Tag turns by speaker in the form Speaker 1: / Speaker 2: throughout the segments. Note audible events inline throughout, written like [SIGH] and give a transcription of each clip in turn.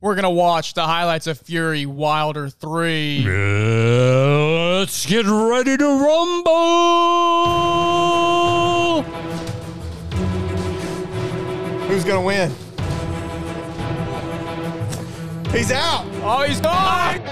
Speaker 1: We're going to watch the highlights of Fury Wilder 3.
Speaker 2: Uh, let's get ready to rumble.
Speaker 3: Who's gonna win? He's out.
Speaker 1: Oh, he's gone!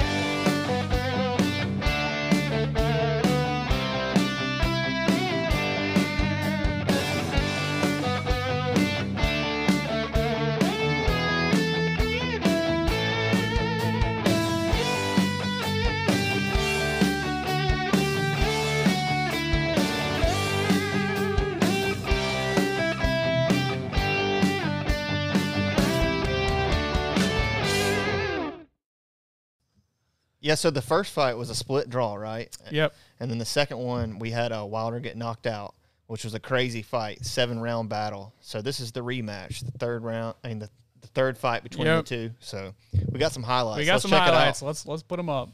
Speaker 3: Yeah. So the first fight was a split draw, right?
Speaker 1: Yep.
Speaker 3: And then the second one, we had uh, Wilder get knocked out, which was a crazy fight, seven round battle. So this is the rematch, the third round, I mean the, the third fight between
Speaker 1: Yep.
Speaker 3: the two. So we got some highlights.
Speaker 1: We got
Speaker 3: Let's
Speaker 1: some
Speaker 3: check it out.
Speaker 1: highlights. Let's let's put them up.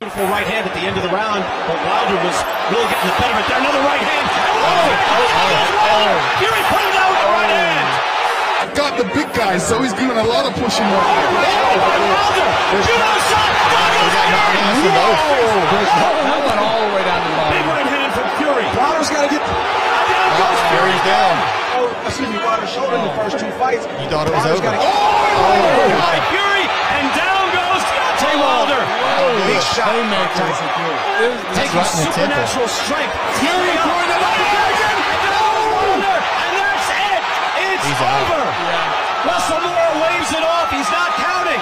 Speaker 4: Beautiful right hand at the end of the round, but Wilder was really getting the better of it there. Another right hand. Oh, Fury put it out with the right hand.
Speaker 5: got the big guy, so he's doing a lot of pushing right
Speaker 6: Oh,
Speaker 5: now.
Speaker 4: Wilder, judo shot.
Speaker 3: We got knocked out for both.
Speaker 1: That went all the way down to the
Speaker 4: Big
Speaker 1: bottom.
Speaker 4: right hand from Fury.
Speaker 6: Wilder's got to get.
Speaker 4: Down goes Fury.
Speaker 3: Fury's down.
Speaker 6: Oh, excuse me, Wilder showed in the first two fights.
Speaker 3: You thought it was
Speaker 6: Wilder's
Speaker 3: over. Oh,
Speaker 6: gotta get-
Speaker 5: Oh,
Speaker 4: By Fury, and down goes Deontay Wilder.
Speaker 6: Oh, big shot. Tyson Fury.
Speaker 4: Taking
Speaker 3: right in the temple.
Speaker 4: supernatural strength. Fury going it out again. And down Wilder, and that's it. It's
Speaker 3: He's out.
Speaker 4: over. Russell Moore waves it off. He's not counting.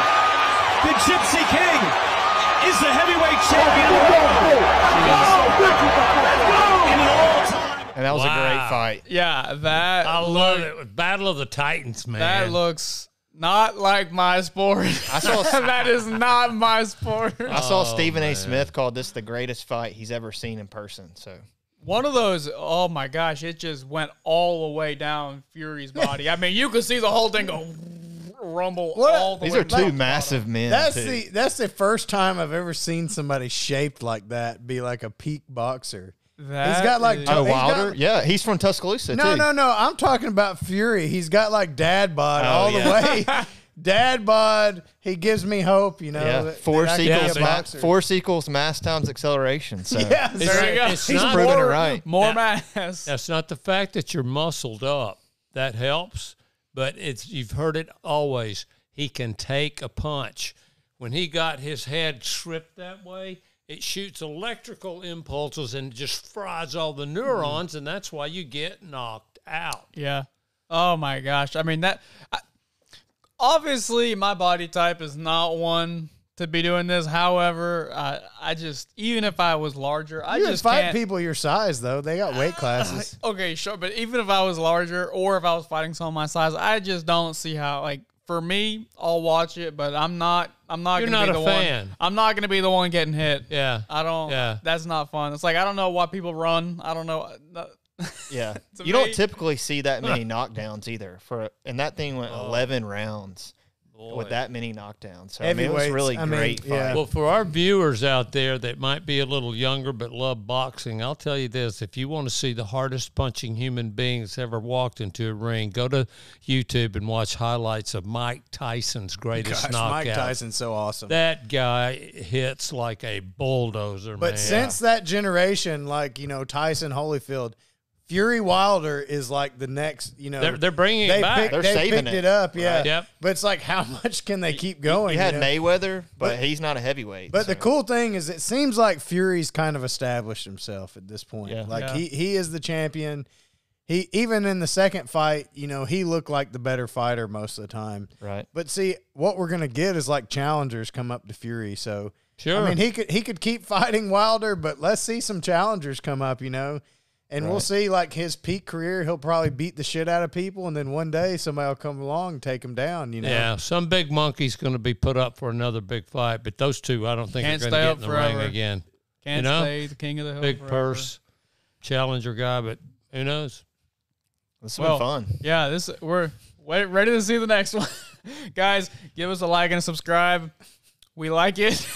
Speaker 4: The Gypsy King is the heavyweight champion. In an all-time.
Speaker 3: And that was a great
Speaker 2: Wow.
Speaker 3: fight.
Speaker 1: Yeah, that
Speaker 2: I love it. Battle of the Titans, man.
Speaker 1: that looks not like my sport.
Speaker 3: I
Speaker 1: [LAUGHS]
Speaker 3: saw a-
Speaker 1: that is not my sport.
Speaker 3: I saw Stephen A. Smith called this the greatest fight he's ever seen in person. So
Speaker 1: One of those, oh my gosh, it just went all the way down Fury's body. I mean, you could see the whole thing go [LAUGHS] rumble
Speaker 7: What?
Speaker 1: all the
Speaker 3: these
Speaker 1: way.
Speaker 3: are two massive men.
Speaker 7: That's
Speaker 3: too.
Speaker 7: the that's the first time I've ever seen somebody shaped like that be like a peak boxer.
Speaker 1: That
Speaker 7: he's got like
Speaker 1: is-
Speaker 7: to-
Speaker 3: Oh,
Speaker 7: he's got-
Speaker 3: Wilder? yeah, he's from Tuscaloosa,
Speaker 7: No,
Speaker 3: too.
Speaker 7: no, no. I'm talking about Fury. He's got like dad bod
Speaker 3: Oh,
Speaker 7: all
Speaker 3: yeah. [LAUGHS]
Speaker 7: the way. dad bod. He gives me hope. You know,
Speaker 3: Yeah,
Speaker 7: that-
Speaker 3: four
Speaker 7: that I can be a
Speaker 3: sequels, ma-
Speaker 7: boxer.
Speaker 3: four sequels, mass times acceleration. So
Speaker 7: [LAUGHS] Yeah,
Speaker 2: It's-
Speaker 1: There you go.
Speaker 2: it's
Speaker 1: He's
Speaker 2: not-
Speaker 3: proven it
Speaker 1: more-
Speaker 7: [LAUGHS]
Speaker 3: right.
Speaker 1: More
Speaker 2: That-
Speaker 1: mass.
Speaker 2: That's not the fact that you're muscled up. That helps, but it's you've heard it always. He can take a punch. When he got his head stripped that way, it shoots electrical impulses and just fries all the neurons, and that's why you get knocked out.
Speaker 1: Yeah. Oh my gosh. I mean that. I, obviously, my body type is not one to be doing this. However, I I just even if I was larger, I
Speaker 7: You can
Speaker 1: just
Speaker 7: fight
Speaker 1: can't. Ah,
Speaker 7: people your size though. They got weight classes.
Speaker 1: Okay, sure, but even if I was larger or if I was fighting someone my size, I just don't see how. Like for me, I'll watch it, but I'm not. I'm not.
Speaker 2: You're
Speaker 1: gonna
Speaker 2: not
Speaker 1: be
Speaker 2: a
Speaker 1: the
Speaker 2: fan.
Speaker 1: One, I'm not going to be the one getting hit.
Speaker 2: Yeah.
Speaker 1: I don't.
Speaker 2: Yeah.
Speaker 1: That's not fun. It's like I don't know why people run. I don't know. no-
Speaker 3: yeah.
Speaker 1: To me-
Speaker 3: you don't typically see that
Speaker 7: [LAUGHS]
Speaker 3: many knockdowns either. For and that thing
Speaker 7: Oh.
Speaker 3: went eleven rounds with that many knockdowns. So I mean, it was
Speaker 7: Heavyweights,
Speaker 3: really
Speaker 7: I mean,
Speaker 3: great fight.
Speaker 7: yeah.
Speaker 2: Well, for our viewers out there that might be a little younger but love boxing, I'll tell you this: if you want to see the hardest punching human beings ever walked into a ring, go to YouTube and watch highlights of Mike Tyson's greatest
Speaker 7: Gosh,
Speaker 2: knockout.
Speaker 7: Mike Tyson's so awesome.
Speaker 2: That guy hits like a bulldozer,
Speaker 7: But
Speaker 2: man.
Speaker 7: since that generation, like you know Tyson Holyfield, Fury Wilder is like the next. You know
Speaker 2: They're- they're bringing it
Speaker 7: they
Speaker 2: back.
Speaker 7: picked-
Speaker 3: They're
Speaker 7: they
Speaker 3: saving
Speaker 7: picked
Speaker 3: it,
Speaker 7: it, up, yeah.
Speaker 2: Right. Yep.
Speaker 7: But it's like, how much can they keep going?
Speaker 3: You had
Speaker 7: know?
Speaker 3: Mayweather, but, he's not a heavyweight.
Speaker 7: But the
Speaker 3: so-
Speaker 7: cool thing is, it seems like Fury's kind of established himself at this point.
Speaker 3: Yeah.
Speaker 7: Like
Speaker 1: Yeah.
Speaker 7: he he is the champion. He even in the second fight, you know, he looked like the better fighter most of the time.
Speaker 3: Right.
Speaker 7: But see, what we're gonna get is like challengers come up to Fury. So
Speaker 2: Sure.
Speaker 7: I mean, he could he could keep [LAUGHS] fighting Wilder, but let's see some challengers come up. You know. And we'll
Speaker 3: Right.
Speaker 7: see, like his peak career, he'll probably beat the shit out of people, and then one day somebody will come along and take him down. You know,
Speaker 2: yeah, some big monkey's going to be put up for another big fight, but those two, I don't think
Speaker 1: Can't
Speaker 2: are
Speaker 1: stay
Speaker 2: going to
Speaker 1: up
Speaker 2: get in the
Speaker 1: forever.
Speaker 2: ring again.
Speaker 1: Can't
Speaker 2: know,
Speaker 1: stay the king of the hill.
Speaker 2: Big
Speaker 1: forever.
Speaker 2: purse, challenger guy, but who
Speaker 7: [LAUGHS]
Speaker 2: knows?
Speaker 3: This has
Speaker 1: Well,
Speaker 3: been fun.
Speaker 1: Yeah, this we're wait, ready to see the next [LAUGHS] one, guys. Give us a like and subscribe. We like it. [LAUGHS]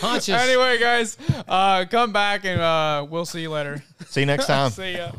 Speaker 2: Punches.
Speaker 1: anyway, guys, uh, come back and uh, we'll see you later.
Speaker 7: [LAUGHS]
Speaker 3: See you next
Speaker 1: [LAUGHS]
Speaker 3: time.
Speaker 1: see ya.